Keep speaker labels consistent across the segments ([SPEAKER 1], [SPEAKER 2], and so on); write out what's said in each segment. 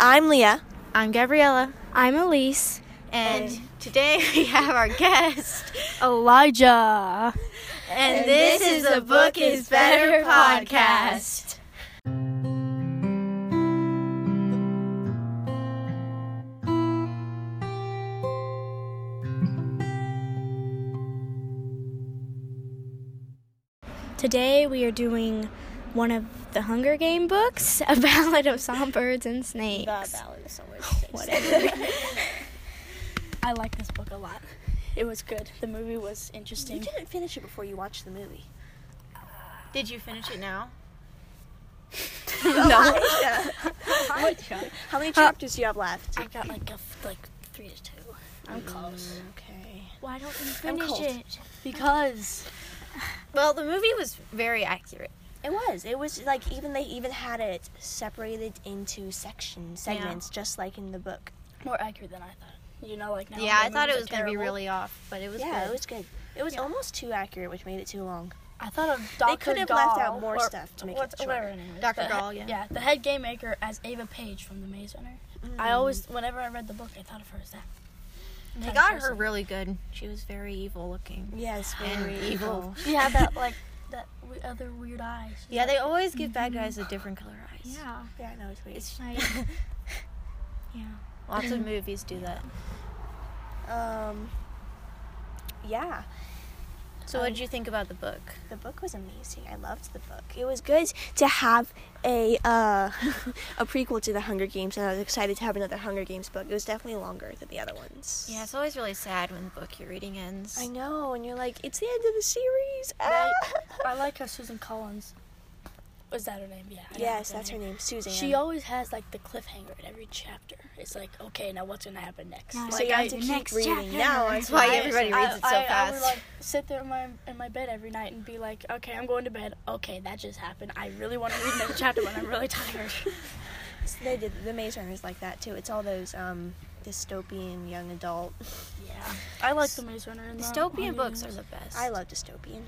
[SPEAKER 1] I'm Leah.
[SPEAKER 2] I'm Gabriella.
[SPEAKER 3] I'm Elise.
[SPEAKER 2] And today we have our guest.
[SPEAKER 3] Elijah.
[SPEAKER 2] And,
[SPEAKER 1] this is the Book is Better podcast.
[SPEAKER 3] Today we are doing one of the Hunger Game books, A Ballad of Songbirds and Snakes.
[SPEAKER 2] of
[SPEAKER 3] Whatever. I like this book a lot. It was good. The movie was
[SPEAKER 1] You
[SPEAKER 3] interesting.
[SPEAKER 1] didn't finish it before you watched the movie.
[SPEAKER 2] Did you finish it now?
[SPEAKER 1] How many chapters do you have left?
[SPEAKER 3] I got like a f- like three to two. I'm close.
[SPEAKER 2] Okay.
[SPEAKER 3] Why don't you
[SPEAKER 1] finish
[SPEAKER 3] finish it?
[SPEAKER 1] Because
[SPEAKER 2] Well, the movie was very accurate.
[SPEAKER 1] it was. It was like even they even had it separated into sections, segments, just like in the book.
[SPEAKER 3] More accurate than I thought. You know, like now.
[SPEAKER 2] yeah,
[SPEAKER 3] the
[SPEAKER 2] I thought it
[SPEAKER 3] movies
[SPEAKER 2] was
[SPEAKER 3] are
[SPEAKER 2] going to be
[SPEAKER 3] terrible.
[SPEAKER 2] really off, but it was
[SPEAKER 1] yeah,
[SPEAKER 2] good.
[SPEAKER 1] it was good. It was almost too accurate, which made it too long.
[SPEAKER 3] I thought of Doctor.
[SPEAKER 1] could have left out more stuff to make it shorter.
[SPEAKER 2] Dr. Gall, yeah.
[SPEAKER 3] Yeah, the head game maker as Ava Page from The Maze Runner. I always,
[SPEAKER 1] Mm.
[SPEAKER 3] whenever I read the book, I thought of her as that.
[SPEAKER 2] They got her really good. She was very evil looking.
[SPEAKER 1] Yes,
[SPEAKER 2] And
[SPEAKER 1] very
[SPEAKER 2] evil.
[SPEAKER 1] evil.
[SPEAKER 3] She had that like that we- other weird eyes. She's
[SPEAKER 2] Yeah,
[SPEAKER 3] like,
[SPEAKER 2] they always give bad guys a different color eyes.
[SPEAKER 3] yeah.
[SPEAKER 1] Yeah, I know it's weird.
[SPEAKER 2] It's,
[SPEAKER 3] Like, yeah.
[SPEAKER 2] lots of movies do that.
[SPEAKER 1] Um, yeah.
[SPEAKER 2] So, what did you think about the book?
[SPEAKER 1] The book was amazing. I loved the book. It was good to have a uh, a prequel to the Hunger Games, and I was excited to have another Hunger Games book. It was definitely longer than the other ones.
[SPEAKER 2] Yeah, it's always really sad when the book you're reading ends.
[SPEAKER 1] I know, and you're like, it's the end of the series.
[SPEAKER 3] I,
[SPEAKER 1] Ah!
[SPEAKER 3] I like how Susan Collins. Was that her name? Yeah. I don't know
[SPEAKER 1] yes, that's her name, Susan.
[SPEAKER 3] She always has like the cliffhanger in every chapter. It's like, okay, now what's gonna happen next?
[SPEAKER 1] so you have to keep reading now.
[SPEAKER 2] That's why everybody
[SPEAKER 3] I-
[SPEAKER 2] reads it so
[SPEAKER 3] I, I
[SPEAKER 2] fast.
[SPEAKER 3] would like sit there in my in my bed every night and be like, okay, I'm going to bed. Okay, that just happened. I really want to read another chapter, but I'm really tired.
[SPEAKER 1] They did the Maze Runner is like that too. It's all those um, dystopian young adult.
[SPEAKER 3] Yeah, I like the Maze Runner. And the
[SPEAKER 2] Dystopian
[SPEAKER 3] Hunger
[SPEAKER 2] books are
[SPEAKER 3] Games.
[SPEAKER 2] the best.
[SPEAKER 1] I love dystopian.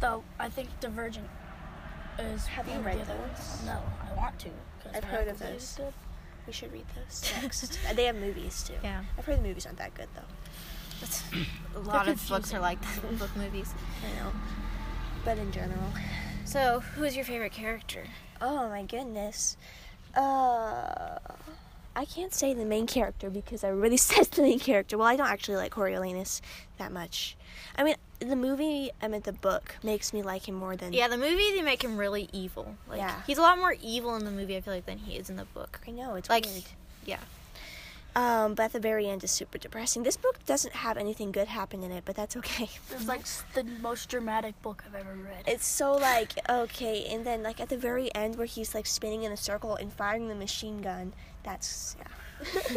[SPEAKER 3] Though I think Divergent is.
[SPEAKER 1] Have you
[SPEAKER 3] one of
[SPEAKER 1] read
[SPEAKER 3] the other ones.
[SPEAKER 1] those?
[SPEAKER 3] No, I want to. 'cause
[SPEAKER 1] I've
[SPEAKER 3] my
[SPEAKER 1] heard of
[SPEAKER 3] Uncle Dave's
[SPEAKER 1] those.
[SPEAKER 3] good.
[SPEAKER 1] We should read those next. Uh, they have movies too.
[SPEAKER 2] Yeah.
[SPEAKER 1] I've heard the movies aren't that good though.
[SPEAKER 2] A lot
[SPEAKER 3] They're
[SPEAKER 2] of books are like that, book movies.
[SPEAKER 1] I know, but in general.
[SPEAKER 2] So, who's your favorite character?
[SPEAKER 1] Oh my goodness. Uh, I can't say the main character because I really said the main character. Well, I don't actually like Coriolanus that much. I mean, the movie, I meant the book, makes me like him more than.
[SPEAKER 2] Yeah, the movie they make him really evil. Like
[SPEAKER 1] Yeah.
[SPEAKER 2] he's a lot more evil in the movie I feel like than he is in the book.
[SPEAKER 1] I know, it's
[SPEAKER 2] Like
[SPEAKER 1] weird.
[SPEAKER 2] yeah.
[SPEAKER 1] Um, but at the very end is super depressing. This book doesn't have anything good happen in it, but that's okay.
[SPEAKER 3] It's like s-
[SPEAKER 2] Mm-hmm.
[SPEAKER 3] the most dramatic book I've ever read.
[SPEAKER 1] It's so like, okay, and then like at the very end where he's like spinning in a circle and firing the machine gun, that's. Yeah.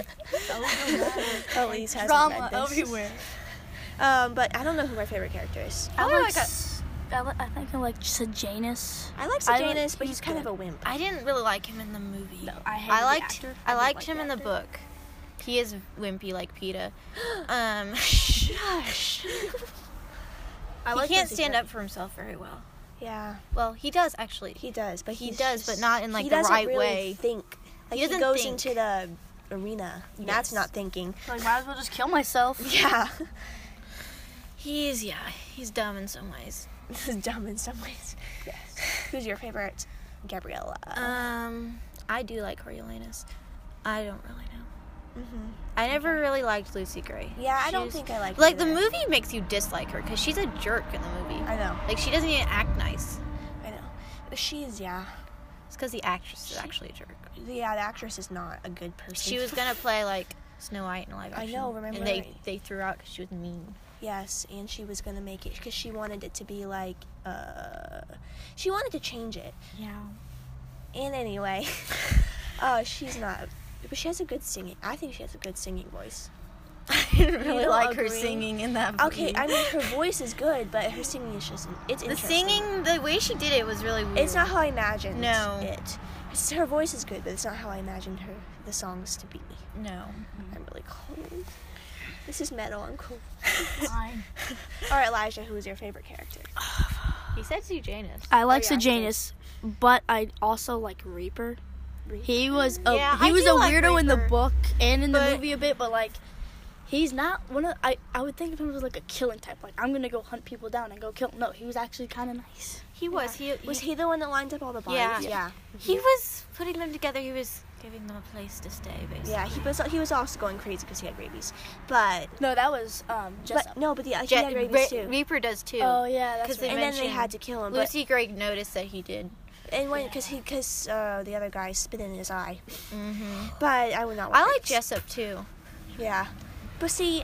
[SPEAKER 1] Elise hasn't
[SPEAKER 3] drama
[SPEAKER 1] read this.
[SPEAKER 3] everywhere.
[SPEAKER 1] Um, but I don't know who my favorite character is.
[SPEAKER 3] I
[SPEAKER 2] Probably
[SPEAKER 3] like.
[SPEAKER 2] like a-
[SPEAKER 3] s- I li- I think I like Sejanus.
[SPEAKER 1] I like
[SPEAKER 3] I like-
[SPEAKER 1] Sejanus, but he's
[SPEAKER 3] he's
[SPEAKER 1] kind of
[SPEAKER 3] good.
[SPEAKER 1] a wimp.
[SPEAKER 2] I didn't really like him in the movie.
[SPEAKER 3] No, I hated
[SPEAKER 2] I
[SPEAKER 3] the
[SPEAKER 2] liked
[SPEAKER 3] actor.
[SPEAKER 2] I
[SPEAKER 3] I didn't
[SPEAKER 2] liked
[SPEAKER 3] like
[SPEAKER 2] him
[SPEAKER 3] the
[SPEAKER 2] in the
[SPEAKER 3] actor.
[SPEAKER 2] book. He is wimpy like PETA. Um
[SPEAKER 1] Gosh.
[SPEAKER 3] I
[SPEAKER 2] he
[SPEAKER 3] like
[SPEAKER 2] can't
[SPEAKER 3] Lizzie
[SPEAKER 2] stand
[SPEAKER 3] Bennett.
[SPEAKER 2] up for himself very well.
[SPEAKER 1] yeah,
[SPEAKER 2] Well, he does actually.
[SPEAKER 1] he does, but
[SPEAKER 2] He
[SPEAKER 1] he's
[SPEAKER 2] does, but
[SPEAKER 1] just-
[SPEAKER 2] not in, like,
[SPEAKER 1] he
[SPEAKER 2] the
[SPEAKER 1] doesn't
[SPEAKER 2] right
[SPEAKER 1] really
[SPEAKER 2] way.
[SPEAKER 1] Think like he,
[SPEAKER 2] doesn't
[SPEAKER 1] goes
[SPEAKER 2] think.
[SPEAKER 1] into the arena. That's
[SPEAKER 2] Yes.
[SPEAKER 1] not thinking.
[SPEAKER 3] Like, might as well just kill myself.
[SPEAKER 1] Yeah,
[SPEAKER 2] He's yeah, he's dumb in some ways.
[SPEAKER 1] this is dumb in some ways. Yes. Who's your favorite, Gabriella?
[SPEAKER 2] Um I do like Coriolanus. I don't really know.
[SPEAKER 1] hmm
[SPEAKER 2] I never really liked Lucy Gray.
[SPEAKER 1] Yeah, I
[SPEAKER 2] She
[SPEAKER 1] don't
[SPEAKER 2] was-
[SPEAKER 1] think I like.
[SPEAKER 2] Like
[SPEAKER 1] her
[SPEAKER 2] the
[SPEAKER 1] either.
[SPEAKER 2] movie makes you dislike her because she's a jerk in the movie.
[SPEAKER 1] I know.
[SPEAKER 2] Like she doesn't even act nice.
[SPEAKER 1] I know. But She's yeah,
[SPEAKER 2] It's because the actress is actually a jerk.
[SPEAKER 1] yeah. The actress is not a good person.
[SPEAKER 2] She was gonna play like Snow White in live
[SPEAKER 1] I
[SPEAKER 2] action.
[SPEAKER 1] know, remember
[SPEAKER 2] And they
[SPEAKER 1] I-
[SPEAKER 2] they threw out because she was mean.
[SPEAKER 1] Yes, and she was gonna make it because she wanted it to be like, uh, she wanted to change it.
[SPEAKER 3] Yeah.
[SPEAKER 1] And anyway, oh, she's not, but she has a good singing. I think she has a good singing voice.
[SPEAKER 2] I didn't really
[SPEAKER 1] don't
[SPEAKER 2] like her
[SPEAKER 1] agree?
[SPEAKER 2] singing in that.
[SPEAKER 1] Okay,
[SPEAKER 2] movie.
[SPEAKER 1] I mean her voice is good, but her singing is just it's
[SPEAKER 2] the
[SPEAKER 1] interesting.
[SPEAKER 2] singing, the way she did it was really weird.
[SPEAKER 1] It's not how I imagined
[SPEAKER 2] No.
[SPEAKER 1] it. It's, her voice is good, but it's not how I imagined her the songs to be.
[SPEAKER 2] No.
[SPEAKER 1] I'm really cold. This is metal. I'm cool.
[SPEAKER 3] Fine.
[SPEAKER 1] All right, Elijah, who is your favorite character?
[SPEAKER 2] He said Sue Janus.
[SPEAKER 3] I like
[SPEAKER 1] yeah, I do.
[SPEAKER 3] Sejanus, but I also like Reaper. read.
[SPEAKER 4] He was a
[SPEAKER 2] Yeah,
[SPEAKER 4] he
[SPEAKER 2] I
[SPEAKER 4] was a
[SPEAKER 2] do like
[SPEAKER 4] weirdo in the
[SPEAKER 2] Reaper,
[SPEAKER 4] book and in the
[SPEAKER 2] but-
[SPEAKER 4] movie a bit, but like
[SPEAKER 3] He's not one of I. I would think of him as like a killing type. Like I'm gonna go hunt people down and go kill. No, he was actually kind of nice.
[SPEAKER 2] He was. He
[SPEAKER 1] Was he the one that lined up all the bodies?
[SPEAKER 2] Yeah.
[SPEAKER 1] yeah,
[SPEAKER 2] He was putting them together. He was giving them a place to stay, basically.
[SPEAKER 1] yeah. He was he was also going crazy because he had rabies, but
[SPEAKER 3] No, that was um. Just
[SPEAKER 1] but no, but yeah, he
[SPEAKER 2] Je-
[SPEAKER 1] had rabies
[SPEAKER 2] Re-
[SPEAKER 1] too.
[SPEAKER 2] Reaper does too.
[SPEAKER 3] oh yeah, that's
[SPEAKER 2] 'Cause
[SPEAKER 3] right.
[SPEAKER 1] and then they
[SPEAKER 2] mentioned
[SPEAKER 1] had to kill him. But,
[SPEAKER 2] Lucy Gregg noticed that he did.
[SPEAKER 1] and when because he because uh, the other guy spit in his eye.
[SPEAKER 2] Mm-hmm.
[SPEAKER 1] But I would not.
[SPEAKER 2] I like
[SPEAKER 1] rabies.
[SPEAKER 2] Jessup too.
[SPEAKER 1] Yeah, but see,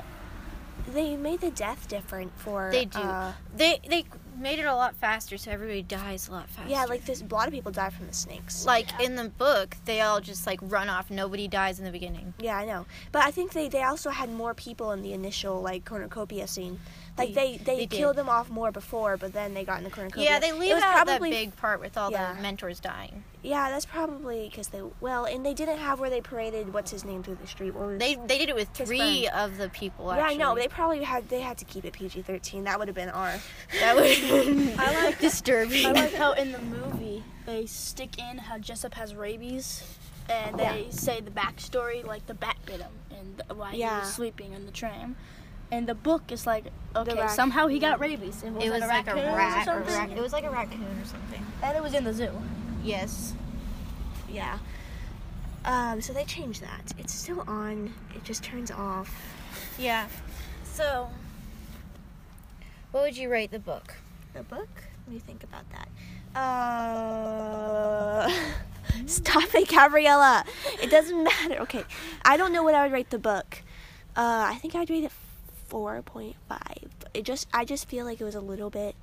[SPEAKER 1] they made the death different for
[SPEAKER 2] They do.
[SPEAKER 1] uh,
[SPEAKER 2] They they made it a lot faster, so everybody dies a lot faster.
[SPEAKER 1] yeah, like this. A lot of people die from the snakes.
[SPEAKER 2] like in the book, they all just like run off. Nobody dies in the beginning.
[SPEAKER 1] Yeah, I know. But I think they, they also had more people in the initial like cornucopia scene. Like
[SPEAKER 2] They-
[SPEAKER 1] they they,
[SPEAKER 2] they did.
[SPEAKER 1] killed them off more before, but then they got in the cornucopia.
[SPEAKER 2] yeah, they leave
[SPEAKER 1] it was
[SPEAKER 2] out
[SPEAKER 1] probably,
[SPEAKER 2] that big part with all
[SPEAKER 1] yeah.
[SPEAKER 2] the mentors dying.
[SPEAKER 1] Yeah, that's probably because they well, and they didn't have where they paraded what's his name through the street. What was-
[SPEAKER 2] They they did it with
[SPEAKER 1] His
[SPEAKER 2] three of the people.
[SPEAKER 1] yeah, I
[SPEAKER 2] Actually.
[SPEAKER 1] know. They probably had they had to keep it PG thirteen. That would have been R.
[SPEAKER 2] that was
[SPEAKER 3] I like-
[SPEAKER 2] disturbing.
[SPEAKER 3] I like how in the movie they stick in how Jessup has rabies, and they say the backstory like the bat bit him and the, why he
[SPEAKER 1] Yeah.
[SPEAKER 3] was sleeping in the tram. And the book is like okay,
[SPEAKER 1] rac-
[SPEAKER 3] somehow he got rabies. And was
[SPEAKER 2] it was like a
[SPEAKER 3] raccoon
[SPEAKER 2] rat.
[SPEAKER 3] or
[SPEAKER 2] Or
[SPEAKER 3] something.
[SPEAKER 2] rac- it was like a raccoon or something.
[SPEAKER 3] and it was in the zoo.
[SPEAKER 2] Yes.
[SPEAKER 1] Yeah. Um, so they changed that. It's still on. It just turns off.
[SPEAKER 2] Yeah. So, what would you rate the book?
[SPEAKER 1] The book? Let me think about that. Uh, stop it, Gabriella. It doesn't matter. Okay, I don't know what I would rate the book. Uh, I think I'd rate it four point five. It just, I just feel like it was a little bit,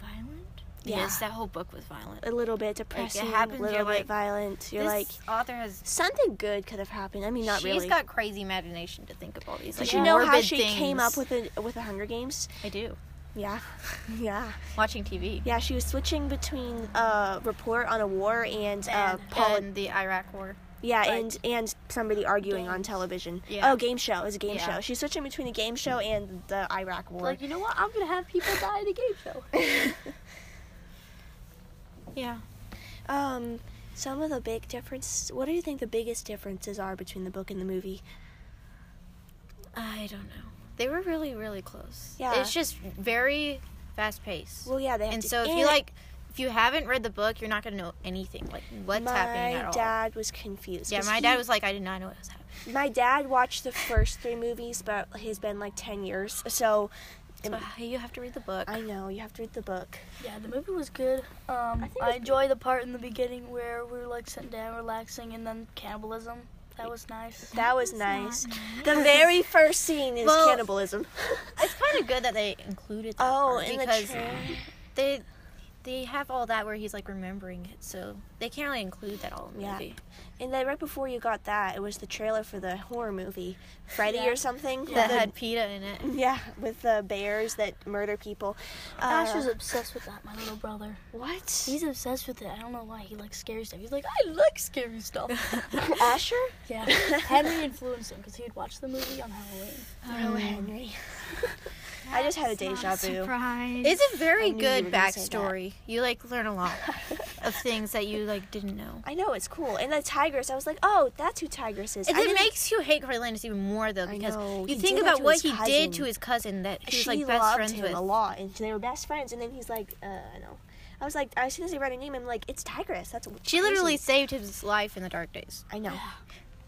[SPEAKER 2] Violent.
[SPEAKER 1] yeah,
[SPEAKER 2] Yes, that whole book was violent.
[SPEAKER 1] a little bit depressing,
[SPEAKER 2] happens,
[SPEAKER 1] a little
[SPEAKER 2] you're
[SPEAKER 1] bit
[SPEAKER 2] like,
[SPEAKER 1] violent. You're
[SPEAKER 2] this
[SPEAKER 1] like,
[SPEAKER 2] author has.
[SPEAKER 1] something good could have happened. I mean, not
[SPEAKER 2] She's
[SPEAKER 1] really.
[SPEAKER 2] got crazy imagination to think of all these.
[SPEAKER 1] Did
[SPEAKER 2] Like,
[SPEAKER 1] you know how
[SPEAKER 2] morbid
[SPEAKER 1] she came up
[SPEAKER 2] things.
[SPEAKER 1] with the with the Hunger Games?
[SPEAKER 2] I do.
[SPEAKER 1] Yeah, yeah.
[SPEAKER 2] Watching TV.
[SPEAKER 1] Yeah, she was switching between uh, report on a war and uh, poli-
[SPEAKER 2] and the Iraq War.
[SPEAKER 1] yeah,
[SPEAKER 3] like-
[SPEAKER 1] and and somebody arguing on television.
[SPEAKER 2] Yeah.
[SPEAKER 1] Oh, game show. It was a game
[SPEAKER 2] Yeah.
[SPEAKER 1] show. She's switching between a game show and the Iraq War.
[SPEAKER 3] Like you know what? I'm gonna have people die in a game show.
[SPEAKER 2] Yeah.
[SPEAKER 1] um, some of the big difference. What do you think the biggest differences are between the book and the movie?
[SPEAKER 2] I don't know. They were really, really close.
[SPEAKER 1] Yeah.
[SPEAKER 2] It's just very fast paced.
[SPEAKER 1] Well, yeah, they have
[SPEAKER 2] and
[SPEAKER 1] to-
[SPEAKER 2] so if
[SPEAKER 1] and
[SPEAKER 2] you like, if you haven't read the book, you're not gonna know anything. Like what's
[SPEAKER 1] my
[SPEAKER 2] happening at all.
[SPEAKER 1] dad was confused.
[SPEAKER 2] yeah,
[SPEAKER 1] 'cause
[SPEAKER 2] my
[SPEAKER 1] he-
[SPEAKER 2] dad was like, I did not know what was happening.
[SPEAKER 1] My dad watched the first three movies, but he's been like ten years. So, um,
[SPEAKER 2] So uh, you have to read the book.
[SPEAKER 1] I know you have to read the book.
[SPEAKER 3] yeah, the movie was good. Um,
[SPEAKER 1] I think it
[SPEAKER 3] I,
[SPEAKER 1] was
[SPEAKER 3] enjoy the part in the beginning where we were like sitting down, relaxing, and then cannibalism. That was nice.
[SPEAKER 1] That was nice. The very first scene is
[SPEAKER 2] Well-
[SPEAKER 1] cannibalism.
[SPEAKER 2] it's kind of good that they included. That
[SPEAKER 1] Oh,
[SPEAKER 2] part
[SPEAKER 1] in the
[SPEAKER 2] because
[SPEAKER 1] trailer.
[SPEAKER 2] they they have all that where he's like remembering it, so they can't really include that all in the
[SPEAKER 1] Yeah.
[SPEAKER 2] movie.
[SPEAKER 1] And then right before you got that, it was the trailer for the horror movie, Freddy
[SPEAKER 3] Yeah.
[SPEAKER 1] or something.
[SPEAKER 2] That
[SPEAKER 1] with
[SPEAKER 2] had PETA in it.
[SPEAKER 1] the, yeah, with the bears that murder people. Uh,
[SPEAKER 3] Ash is obsessed with that. My little brother.
[SPEAKER 1] what?
[SPEAKER 3] He's obsessed with it. I don't know why. He likes scary stuff. He's like, I like scary stuff.
[SPEAKER 1] Asher?
[SPEAKER 3] yeah. Henry influenced him because he'd watch the movie on Halloween.
[SPEAKER 2] Um,
[SPEAKER 1] Oh, Henry. I just had a deja vu.
[SPEAKER 2] It's a
[SPEAKER 1] I
[SPEAKER 2] very
[SPEAKER 1] knew you
[SPEAKER 2] good
[SPEAKER 1] were gonna say that.
[SPEAKER 2] backstory. You like learn a lot of things that you like didn't know.
[SPEAKER 1] I know it's cool. And the tigress, I was like, oh, that's who tigress is.
[SPEAKER 2] It,
[SPEAKER 1] I didn't-
[SPEAKER 2] makes you hate Coriolanus even more though
[SPEAKER 1] I
[SPEAKER 2] because
[SPEAKER 1] know.
[SPEAKER 2] you
[SPEAKER 1] He
[SPEAKER 2] think
[SPEAKER 1] did that
[SPEAKER 2] about
[SPEAKER 1] to
[SPEAKER 2] what
[SPEAKER 1] his
[SPEAKER 2] he did to
[SPEAKER 1] cousin.
[SPEAKER 2] his cousin that he was
[SPEAKER 1] she
[SPEAKER 2] like best
[SPEAKER 1] loved
[SPEAKER 2] friends
[SPEAKER 1] him
[SPEAKER 2] with.
[SPEAKER 1] a lot, and they were best friends. And then he's like, uh, I know. I was like, as soon as he read her name, I'm like, it's tigress. That's
[SPEAKER 2] She
[SPEAKER 1] crazy.
[SPEAKER 2] literally saved his life in the dark days,
[SPEAKER 1] I know.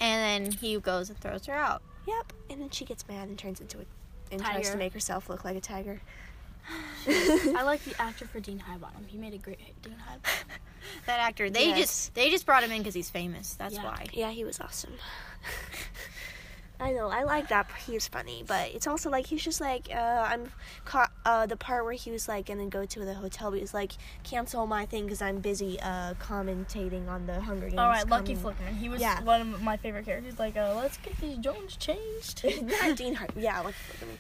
[SPEAKER 2] and then he goes and throws her out.
[SPEAKER 1] Yep. And then she gets mad and turns into a and tries to
[SPEAKER 3] Tiger.
[SPEAKER 1] make herself look like a tiger.
[SPEAKER 3] I like the actor for Dean Highbottom. He made a great Dean Highbottom.
[SPEAKER 2] That actor, they
[SPEAKER 1] Yes.
[SPEAKER 2] just they just brought him in because he's famous. That's
[SPEAKER 3] Yeah.
[SPEAKER 2] why.
[SPEAKER 1] Yeah, he was awesome. I know, I like that. p- He's funny, but it's also like he's just like uh, I'm caught. Uh, the part where he was like gonna go to the hotel, but he was like, cancel my thing because I'm busy uh, commentating on the Hunger Games.
[SPEAKER 3] All right, Lucky
[SPEAKER 1] coming-
[SPEAKER 3] Flickman. He was
[SPEAKER 1] Yeah.
[SPEAKER 3] one of my favorite characters. Like, uh, let's get these Jones changed.
[SPEAKER 1] Not Dean Hart. Yeah, Lucky Flickerman.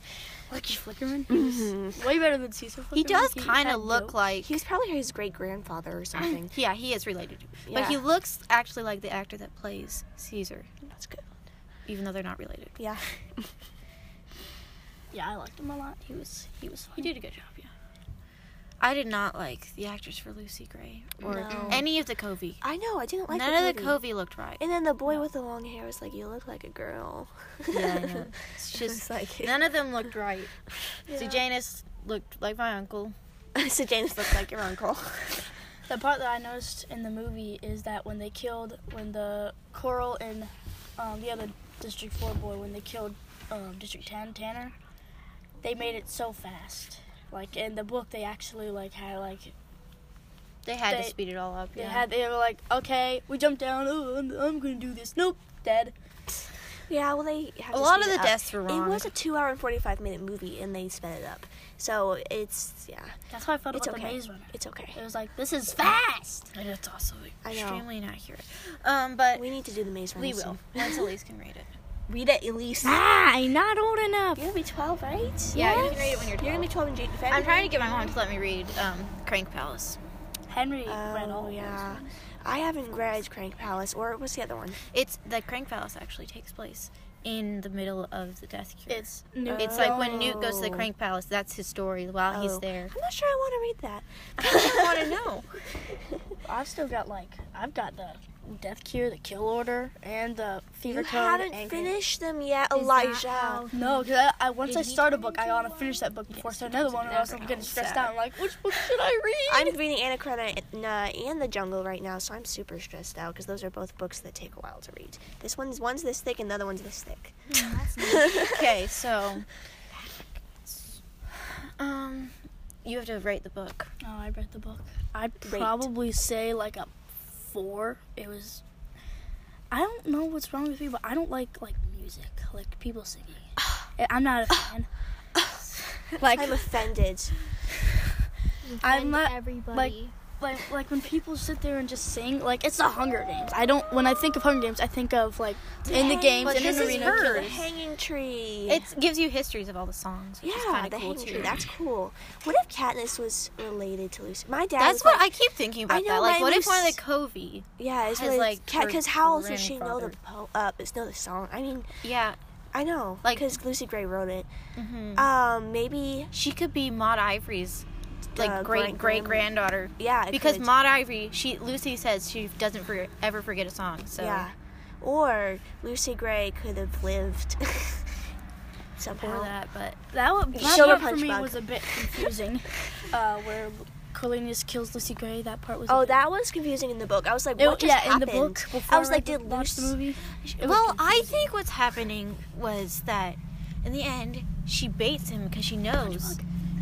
[SPEAKER 3] Lucky Flickerman. He was way better than Cecil. Flickerman.
[SPEAKER 2] He does kind
[SPEAKER 3] had
[SPEAKER 2] of look
[SPEAKER 3] jokes.
[SPEAKER 2] like.
[SPEAKER 1] He was probably his great grandfather or something.
[SPEAKER 2] yeah, he is related,
[SPEAKER 1] Yeah.
[SPEAKER 2] but he looks actually like the actor that plays Caesar,
[SPEAKER 1] That's good.
[SPEAKER 2] even though they're not related.
[SPEAKER 1] Yeah.
[SPEAKER 3] Yeah, I liked him a lot. He was he was. Fun.
[SPEAKER 2] He did a good job. Yeah. I did not like the actress for Lucy Gray or
[SPEAKER 1] No.
[SPEAKER 2] any of the Covey.
[SPEAKER 1] I know. I didn't like
[SPEAKER 2] None
[SPEAKER 1] the
[SPEAKER 2] of the
[SPEAKER 1] movie.
[SPEAKER 2] Covey looked right.
[SPEAKER 1] And then the boy with the long hair was like, "You look like a girl."
[SPEAKER 2] yeah, I know. It's
[SPEAKER 1] It
[SPEAKER 2] just
[SPEAKER 1] was like
[SPEAKER 2] none of them looked right.
[SPEAKER 3] Yeah.
[SPEAKER 2] Sejanus looked like my uncle.
[SPEAKER 1] so Janice looked like your uncle.
[SPEAKER 3] The part that I noticed in the movie is that when they killed, when the Coral and um, the other District 4 boy, when they killed um, District 10 Tanner, they made it so fast. Like in the book, they actually like had like
[SPEAKER 2] They had to
[SPEAKER 3] They-
[SPEAKER 2] speed it all up.
[SPEAKER 3] they
[SPEAKER 2] yeah.
[SPEAKER 3] had they were like okay we jumped down oh I'm, I'm gonna do this nope dead
[SPEAKER 1] yeah, well they have
[SPEAKER 2] a
[SPEAKER 1] to
[SPEAKER 2] lot of
[SPEAKER 1] speed it
[SPEAKER 2] the
[SPEAKER 1] up.
[SPEAKER 2] deaths were wrong.
[SPEAKER 1] It was a two-hour and forty-five minute movie, and they sped it up. So it's yeah,
[SPEAKER 3] that's how I felt
[SPEAKER 1] It's
[SPEAKER 3] about
[SPEAKER 1] okay.
[SPEAKER 3] the Maze Runner
[SPEAKER 1] it's okay.
[SPEAKER 3] it was like this is fast
[SPEAKER 2] and it's also
[SPEAKER 1] I know.
[SPEAKER 2] extremely inaccurate. Um, but
[SPEAKER 1] We need to do the Maze Runner.
[SPEAKER 2] we will once Elise can read it.
[SPEAKER 1] Read it, Elise. You're
[SPEAKER 3] ah I'm not old enough
[SPEAKER 1] gonna be twelve, right?
[SPEAKER 2] Yeah, you can read it when you're
[SPEAKER 1] You're gonna be twelve in June.
[SPEAKER 2] I'm trying to get my mom to let me read um, Crank Palace.
[SPEAKER 3] Henry read all
[SPEAKER 1] Oh
[SPEAKER 3] of
[SPEAKER 1] yeah, I haven't read Crank Palace or what's the other one?
[SPEAKER 2] It's the Crank Palace actually takes place in the middle of the Death Cure.
[SPEAKER 3] it's new
[SPEAKER 2] It's like when Newt goes to the
[SPEAKER 1] Oh.
[SPEAKER 2] Crank Palace. That's his story while he's
[SPEAKER 1] Oh.
[SPEAKER 2] there.
[SPEAKER 1] I'm not sure I want to read that.
[SPEAKER 2] I want to know.
[SPEAKER 3] I've still got like I've got the Death Cure the Kill Order and the Fever
[SPEAKER 1] You
[SPEAKER 3] Code
[SPEAKER 1] haven't
[SPEAKER 3] Angry-
[SPEAKER 1] finished them yet,
[SPEAKER 2] Is that
[SPEAKER 1] Elijah.
[SPEAKER 2] how-
[SPEAKER 3] no, because I, I, once
[SPEAKER 2] Did
[SPEAKER 3] I
[SPEAKER 2] he
[SPEAKER 3] start a
[SPEAKER 2] turn
[SPEAKER 3] book, I
[SPEAKER 2] into
[SPEAKER 3] want
[SPEAKER 2] one?
[SPEAKER 3] to finish that book before
[SPEAKER 2] Yes,
[SPEAKER 3] I start another
[SPEAKER 2] he
[SPEAKER 3] one, or
[SPEAKER 2] never
[SPEAKER 3] else I'm getting
[SPEAKER 2] knows
[SPEAKER 3] stressed
[SPEAKER 2] that.
[SPEAKER 3] out. I'm like, which book should I read?
[SPEAKER 1] I'm reading Anna Karenina and The Jungle right now, so I'm super stressed out because those are both books that take a while to read. This one's one's this thick and the other one's this thick.
[SPEAKER 2] Okay, so um, you have to write the book.
[SPEAKER 3] Oh, I read the book. I'd
[SPEAKER 1] Rate.
[SPEAKER 3] probably say like a four. It was. I don't know what's wrong with me, but I don't like like music, like people singing. I- I'm not a fan. like
[SPEAKER 1] I'm offended.
[SPEAKER 3] I'm not
[SPEAKER 4] everybody.
[SPEAKER 3] like like like when people sit there and just sing. Like it's the Hunger Games. I don't. When I think of Hunger Games, I think of like in the games
[SPEAKER 2] But
[SPEAKER 3] and in
[SPEAKER 2] this
[SPEAKER 3] the
[SPEAKER 2] is
[SPEAKER 3] arena.
[SPEAKER 2] hers.
[SPEAKER 1] The hanging tree.
[SPEAKER 2] It gives you histories of all the songs, which is
[SPEAKER 1] yeah,
[SPEAKER 2] kind
[SPEAKER 1] the
[SPEAKER 2] of cool
[SPEAKER 1] hanging tree.
[SPEAKER 2] too.
[SPEAKER 1] That's cool. What if Katniss was related to Lucy? My dad.
[SPEAKER 2] That's
[SPEAKER 1] was
[SPEAKER 2] what
[SPEAKER 1] like,
[SPEAKER 2] I keep thinking about.
[SPEAKER 1] know,
[SPEAKER 2] that like,
[SPEAKER 1] my
[SPEAKER 2] what if one of
[SPEAKER 1] loose-
[SPEAKER 2] the Covey?
[SPEAKER 1] Yeah, it's
[SPEAKER 2] has,
[SPEAKER 1] really
[SPEAKER 2] like, her
[SPEAKER 1] because how else would she know the
[SPEAKER 2] grandfather.
[SPEAKER 1] po- uh, it's know the song? I mean,
[SPEAKER 2] Yeah,
[SPEAKER 1] I know
[SPEAKER 2] Like-
[SPEAKER 1] because Lucy Gray wrote it.
[SPEAKER 2] mhm.
[SPEAKER 1] Um, maybe
[SPEAKER 2] she could be Maud Ivory's like
[SPEAKER 1] Uh,
[SPEAKER 2] great
[SPEAKER 1] grand-
[SPEAKER 2] great granddaughter.
[SPEAKER 1] yeah, it
[SPEAKER 2] Because
[SPEAKER 1] could.
[SPEAKER 2] Maud Ivory, she Lucy says she doesn't for, ever forget a song. So
[SPEAKER 1] Yeah. Or Lucy Gray could have lived
[SPEAKER 2] for
[SPEAKER 1] somehow.
[SPEAKER 2] that, but
[SPEAKER 3] That one, that
[SPEAKER 1] Shoulder
[SPEAKER 3] part for
[SPEAKER 1] punch
[SPEAKER 3] me
[SPEAKER 1] bug.
[SPEAKER 3] was a bit confusing. uh, where Cornelius kills Lucy Gray. That part was. a
[SPEAKER 1] Oh,
[SPEAKER 3] bit-
[SPEAKER 1] that was confusing in the book. I was like,
[SPEAKER 3] It-
[SPEAKER 1] what just
[SPEAKER 3] yeah,
[SPEAKER 1] happened?
[SPEAKER 3] in the book.
[SPEAKER 1] I
[SPEAKER 3] before
[SPEAKER 1] was like, did
[SPEAKER 3] watch the
[SPEAKER 1] Lucy-
[SPEAKER 3] movie? it was
[SPEAKER 2] well, I think what's happening was that in the end she baits him because she knows.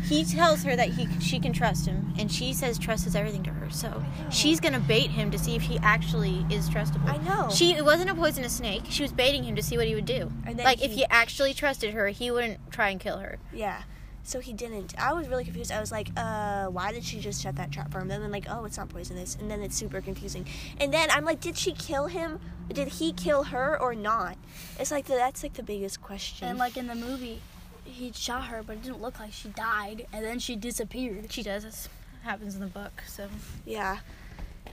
[SPEAKER 2] He tells her that he she can trust him, and she says trust is everything to her. So she's gonna bait him to see if he actually is trustable.
[SPEAKER 1] I know.
[SPEAKER 2] She it wasn't a poisonous snake. She was baiting him to see what he would do.
[SPEAKER 1] And then
[SPEAKER 2] Like if
[SPEAKER 1] he-
[SPEAKER 2] he actually trusted her, he wouldn't try and kill her.
[SPEAKER 1] Yeah. So he didn't. I was really confused. I was like, uh, why did she just shut that trap for him? And then like, oh, it's not poisonous. And then it's super confusing. And then I'm like, did she kill him? Did he kill her or not? It's like the, that's like the biggest question.
[SPEAKER 3] And like in the movie, he shot her, but it didn't look like she died, and then she disappeared.
[SPEAKER 2] She does. This happens in the book. So
[SPEAKER 1] yeah.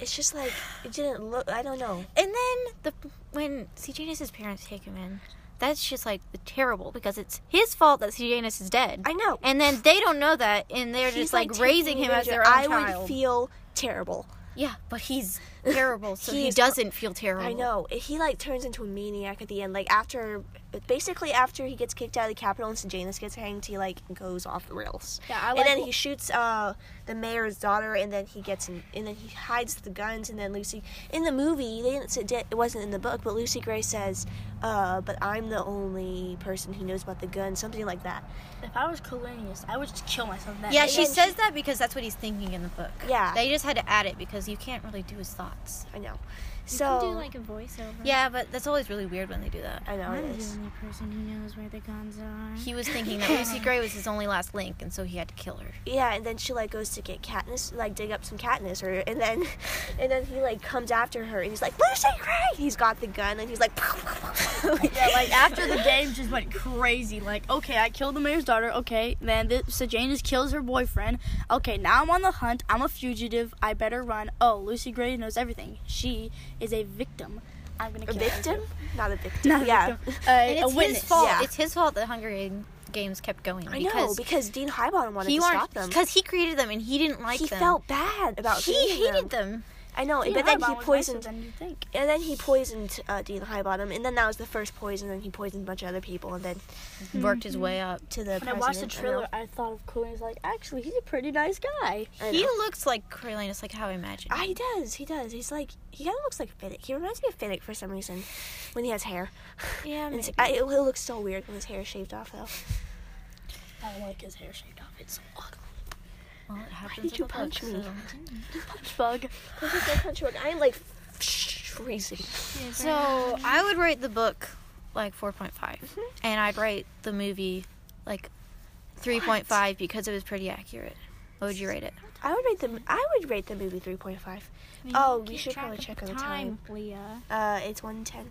[SPEAKER 1] It's just like it didn't look. I don't know.
[SPEAKER 2] and then the when Sejanus's parents take him in, that's just like terrible because it's his fault that Sejanus is dead.
[SPEAKER 1] I know.
[SPEAKER 2] And then they don't know that, and they're
[SPEAKER 1] He's,
[SPEAKER 2] just like,
[SPEAKER 1] taking
[SPEAKER 2] raising him as
[SPEAKER 1] advantage
[SPEAKER 2] their
[SPEAKER 1] of-
[SPEAKER 2] own
[SPEAKER 1] I
[SPEAKER 2] child.
[SPEAKER 1] would feel terrible.
[SPEAKER 2] yeah, but he's terrible, so he
[SPEAKER 1] He's-
[SPEAKER 2] doesn't feel terrible.
[SPEAKER 1] I know. He like turns into a maniac at the end. Like after, basically after he gets kicked out of the Capitol and Sejanus gets hanged, he like goes off the rails.
[SPEAKER 3] Yeah, I
[SPEAKER 1] and then
[SPEAKER 3] like-
[SPEAKER 1] he shoots uh, the mayor's daughter, and then he gets in, and then he hides the guns, and then Lucy. In the movie, they didn't. Say, it wasn't in the book, but Lucy Gray says, uh, "But I'm the only person who knows about the gun," something like that.
[SPEAKER 3] If I was Cornelius, I would just kill myself. That
[SPEAKER 2] Yeah,
[SPEAKER 3] day.
[SPEAKER 2] she
[SPEAKER 1] And then
[SPEAKER 2] says that because that's what he's thinking in the book.
[SPEAKER 1] Yeah. Mm-hmm.
[SPEAKER 2] They just had to add it because you can't really do his thoughts.
[SPEAKER 1] I know.
[SPEAKER 4] you
[SPEAKER 1] so
[SPEAKER 4] can do like a voiceover.
[SPEAKER 2] Yeah, but that's always really weird when they do that.
[SPEAKER 1] I know
[SPEAKER 4] I'm
[SPEAKER 1] it
[SPEAKER 4] the
[SPEAKER 1] is.
[SPEAKER 4] only person who knows where the guns are.
[SPEAKER 2] He was thinking that Lucy Gray was his only last link, and so he had to kill her.
[SPEAKER 1] Yeah, and then she like goes to get Katniss, like dig up some Katniss, or and then, and then he like comes after her, and he's like Lucy Gray. He's got the gun, and he's like,
[SPEAKER 3] Yeah, like after the game just went crazy. Like, okay, I killed the mayor's daughter. Okay, then this, Sejanus kills her boyfriend. Okay, now I'm on the hunt. I'm a fugitive. I better run. Oh, Lucy Gray knows everything. She is a victim. I'm gonna
[SPEAKER 1] a
[SPEAKER 3] kill her.
[SPEAKER 1] victim, not a victim.
[SPEAKER 3] Not a
[SPEAKER 1] yeah,
[SPEAKER 3] victim.
[SPEAKER 1] yeah.
[SPEAKER 3] Uh,
[SPEAKER 2] And
[SPEAKER 3] a
[SPEAKER 2] it's
[SPEAKER 3] witness.
[SPEAKER 2] his fault.
[SPEAKER 1] Yeah.
[SPEAKER 2] It's his fault that Hunger Game- games kept going.
[SPEAKER 1] I know because Dean Highbottom wanted
[SPEAKER 2] he
[SPEAKER 1] to
[SPEAKER 2] wanted
[SPEAKER 1] stop them.
[SPEAKER 2] because he created them and he didn't like
[SPEAKER 1] he
[SPEAKER 2] them.
[SPEAKER 1] felt bad about
[SPEAKER 2] he
[SPEAKER 1] creating
[SPEAKER 2] hated them.
[SPEAKER 1] I know,
[SPEAKER 3] Yeah,
[SPEAKER 1] but then
[SPEAKER 3] Harbaugh
[SPEAKER 1] he
[SPEAKER 3] was nicer
[SPEAKER 1] poisoned.
[SPEAKER 3] than you think.
[SPEAKER 1] And then he poisoned uh, Dean Highbottom, and then that was the first poison. And he poisoned a bunch of other people, and then Mm-hmm.
[SPEAKER 2] Worked his way up.
[SPEAKER 1] to the.
[SPEAKER 3] When I watched the
[SPEAKER 1] president, know.
[SPEAKER 3] trailer, I thought of Cooley. He's like, actually, he's a pretty nice guy.
[SPEAKER 1] I
[SPEAKER 2] He
[SPEAKER 1] know.
[SPEAKER 2] looks like Coriolanus, like how I imagine.
[SPEAKER 1] Ah, he does. He does. He's like he kind of looks like Finnick. He reminds me of Finnick for some reason, when he has hair.
[SPEAKER 2] Yeah,
[SPEAKER 1] And it's-
[SPEAKER 2] maybe.
[SPEAKER 1] I, it, it looks so weird when his hair is shaved off though.
[SPEAKER 3] I don't like his hair shaved off. It's so ugly.
[SPEAKER 2] well, it happens
[SPEAKER 1] did
[SPEAKER 2] in
[SPEAKER 1] you
[SPEAKER 2] the
[SPEAKER 1] punch
[SPEAKER 2] book,
[SPEAKER 1] me?
[SPEAKER 2] so-
[SPEAKER 3] Bug.
[SPEAKER 1] I'm like freezing.
[SPEAKER 2] So I would rate the book like 4.5, and I'd rate the movie like 3.5 because it was pretty accurate. What would you rate it?
[SPEAKER 1] I would rate the I would rate the movie three point five. Oh, we should probably check on the time.
[SPEAKER 4] Leah.
[SPEAKER 1] Uh, it's one ten.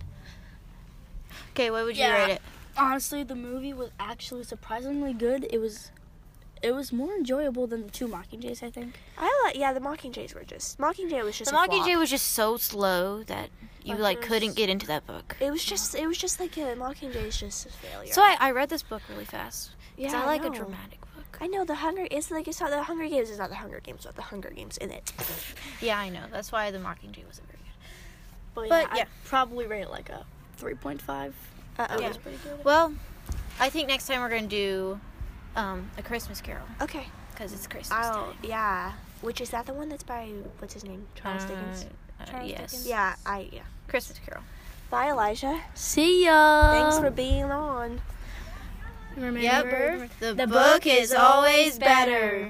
[SPEAKER 2] Okay, what would you
[SPEAKER 3] Yeah.
[SPEAKER 2] rate it?
[SPEAKER 3] Honestly, the movie was actually surprisingly good. It was, it was more enjoyable than the two Mockingjays, I think.
[SPEAKER 1] I like yeah. The Mockingjays were just Mockingjay was just
[SPEAKER 2] The
[SPEAKER 1] a flop.
[SPEAKER 2] Mockingjay was just so slow that you
[SPEAKER 1] Like,
[SPEAKER 2] like
[SPEAKER 1] there's-
[SPEAKER 2] couldn't get into that book.
[SPEAKER 1] It was just it was just like a Mockingjay is just a failure.
[SPEAKER 2] So I, I read this book really fast. 'cause
[SPEAKER 1] Yeah,
[SPEAKER 2] I like a
[SPEAKER 1] know.
[SPEAKER 2] dramatic book.
[SPEAKER 1] I know the Hunger. It's like it's not the Hunger Games. It's not the Hunger Games. But the Hunger Games in it.
[SPEAKER 2] Yeah, I know. That's why the Mockingjay wasn't very good.
[SPEAKER 3] But,
[SPEAKER 2] But,
[SPEAKER 3] yeah, I'd
[SPEAKER 2] yeah.
[SPEAKER 3] probably rate it like a 3.5.
[SPEAKER 1] Uh oh.
[SPEAKER 3] That
[SPEAKER 2] Yeah.
[SPEAKER 3] was pretty good.
[SPEAKER 2] Well, I think next time we're gonna do um, a Christmas Carol
[SPEAKER 1] Okay.
[SPEAKER 2] because it's Christmas
[SPEAKER 1] Oh
[SPEAKER 2] time.
[SPEAKER 1] yeah. Which is that the one that's by what's his name Charles Dickens?
[SPEAKER 2] Uh, uh,
[SPEAKER 3] Charles
[SPEAKER 2] yes.
[SPEAKER 3] Dickens.
[SPEAKER 1] Yeah. I yeah.
[SPEAKER 2] Christmas Carol.
[SPEAKER 1] Bye Elijah.
[SPEAKER 3] See ya.
[SPEAKER 1] Thanks for being on.
[SPEAKER 4] Remember,
[SPEAKER 2] Remember, the book is always better.